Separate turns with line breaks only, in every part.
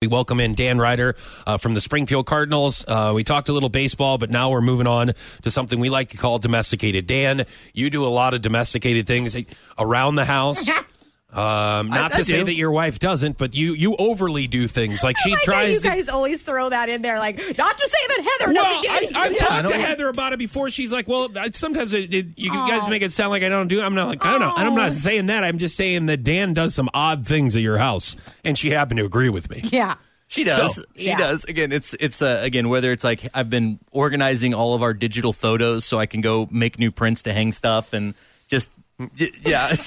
We welcome in Dan Ryder uh, from the Springfield Cardinals. Uh, we talked a little baseball, but now we're moving on to something we like to call domesticated. Dan, you do a lot of domesticated things around the house. Um, not
I
to say
do.
that your wife doesn't, but you you overly do things like she
I like how
tries.
you guys always throw that in there, like not to say that Heather
to, well,
doesn't do
I,
anything.
I've
Yeah,
talked to
don't-
Heather about it before. She's like, "Well, I, sometimes it, it, you guys
Aw.
make it sound like I don't do." it." I'm not like I don't know. I'm
Oh.
not saying that. I'm just saying that Dan does some odd things at your house, and she happened to agree with me.
Yeah.
She does.
So-
she
Yeah.
does. Again, it's it's uh, again whether it's like I've been organizing all of our digital photos so I can go make new prints to hang stuff and just y- yeah.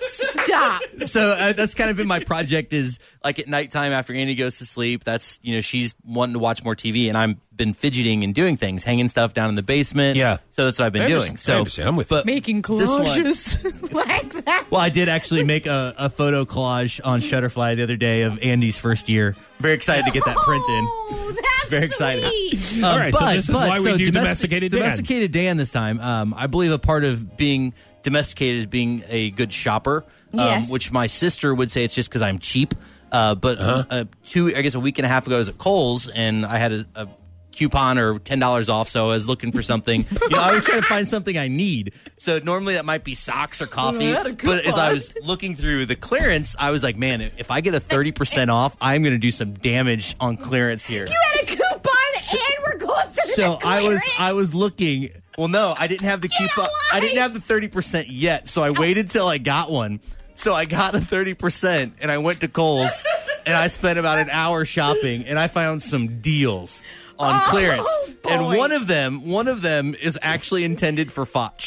Stop.
so uh, that's kind of been my project is like at nighttime after Annie goes to sleep. That's you know she's wanting to watch more TV and I've been fidgeting and doing things, hanging stuff down in the basement.
Yeah.
So that's what I've been
I
doing.
understand. I
So
understand. I'm with
but
Making
this one-
collages like that.
Well, I did actually make a, a photo collage on Shutterfly the other day of Andy's first year. Very excited to get that print in.
Oh, that's
Very excited.
sweet.
Um,
All right, so this is why we do
domestic-
domesticated Dan.
Domesticated Dan this time. Um, I believe a part of being domesticated is being a good shopper, um,
Yes.
which my sister would say it's just because I'm cheap. Uh, but
Uh-huh.
uh two, I guess a week and a half ago, I was at Kohl's and I had a, a coupon or ten dollars off, so I was looking for something. you know, I always try to find something I need. So normally that might be socks or coffee,
had a
but as I
coupon.
was looking through the clearance, I was like, man, if I get a thirty percent off, I'm going to do some damage on clearance here
You had a coupon, and we're going through
so
the
I was
clearance.
I was looking. Well, no, I didn't have the
Get a
coupon. I didn't
life.
have the thirty percent yet, so
Oh.
I waited till I got one. So I got a thirty percent, and I went to Kohl's, and I spent about an hour shopping, and I found some deals on
Oh,
clearance. And
boy.
one of them, one of them is actually intended for Foch.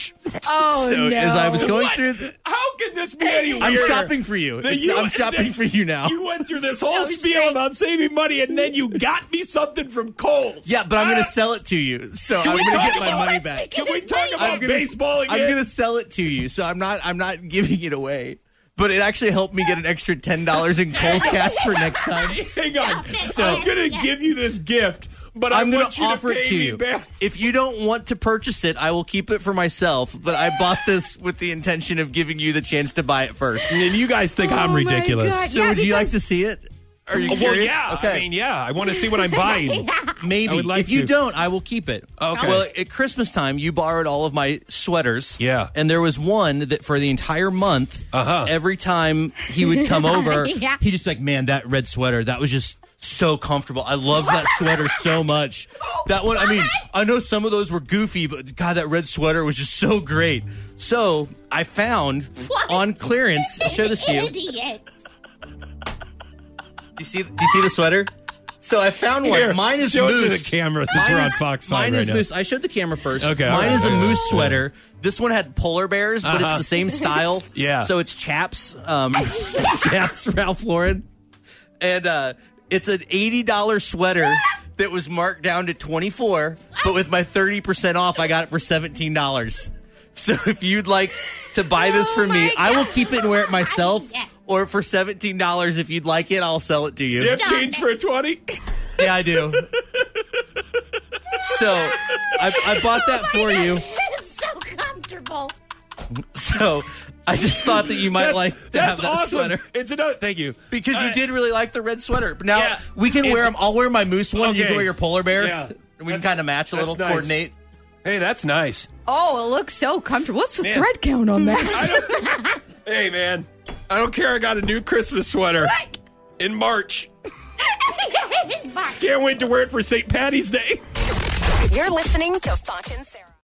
Oh
so
no!
as I was going
What?
through, the,
How can this be any
I'm
weirder?
shopping for you.
That
It's-
you-
I'm shopping
that
for you now.
You went through this whole
So
spiel
straight.
about saving money, and then you got me something from Kohl's.
yeah, but I'm going
Ah,
to sell it to you, so I'm
we
going to
talk
get
about-
my money back.
Can we talk about
I'm gonna,
baseball again.
I'm gonna sell it to you, so I'm not I'm not giving it away. But it actually helped me get an extra ten dollars in Cole's cash for next time.
Hang on.
it,
So
man.
I'm gonna
Yes.
give you this gift, but I
I'm gonna
want you
offer
to pay
it to
me
you.
back.
If you don't want to purchase it, I will keep it for myself. But I bought this with the intention of giving you the chance to buy it first. So
And you guys think
Oh
I'm
my
ridiculous.
God.
So-
Yeah,
would you like
because-
to see it? Are you
Oh, well,
curious?
yeah.
Okay.
I mean, yeah. I want to see what I'm buying. I
Maybe
would like
if you
to. Oh,
don't, I will keep it.
Okay.
Well, at Christmas time, you borrowed all of my sweaters.
Yeah.
And there was one that for the entire month,
Uh-huh.
every time he would come over,
Yeah.
he'd just be like, "Man, that red sweater, that was just." So comfortable. I love that sweater so much. That one, I mean, I know some of those were goofy, but God, that red sweater was just so great. So I found
What?
on clearance. I'll show this to you.
Idiot.
Do you see? Do you see the sweater? So I found one.
Here,
mine is
show it to
moose.
the camera since
Mine
we're on
is-
Fox five
Mine
right
is
now.
moose. I showed the camera first.
Okay, all
Mine
right,
is a
all right,
moose
all right.
sweater. This one had polar bears, but
Uh-huh.
it's the same style.
Yeah.
So it's chaps. Um, chaps Ralph Lauren, and uh, it's an eighty dollar sweater. That was marked down to twenty four, but with my thirty percent off, I got it for seventeen dollars. So if you'd like to buy this
Oh
for me,
my
I will keep it and wear it
God.
myself.
Yes.
Or for seventeen dollars, if you'd like it, I'll sell it to you.
You have
Stop
change
it.
for a twenty?
Yeah, I do. so I, I bought that for you.
It's so comfortable.
So I just thought that you might like to
That's
have that
awesome.
sweater
It's another. Thank you.
because
Uh,
you did really like the red sweater. But now
Yeah.
we can wear
It's-
them. I'll wear my moose one. You
Okay.
can wear your polar bear.
Yeah.
And we can
That's-
kind of match a
that's
little,
nice.
coordinate.
Hey, that's nice.
Oh, it looks so comfortable. What's the
Man.
thread count on
I
that?
don't. hey, man. I don't care. I got a new Christmas sweater in March. Can't wait to wear it for St. Patty's Day.
You're listening to Foch and Sarah.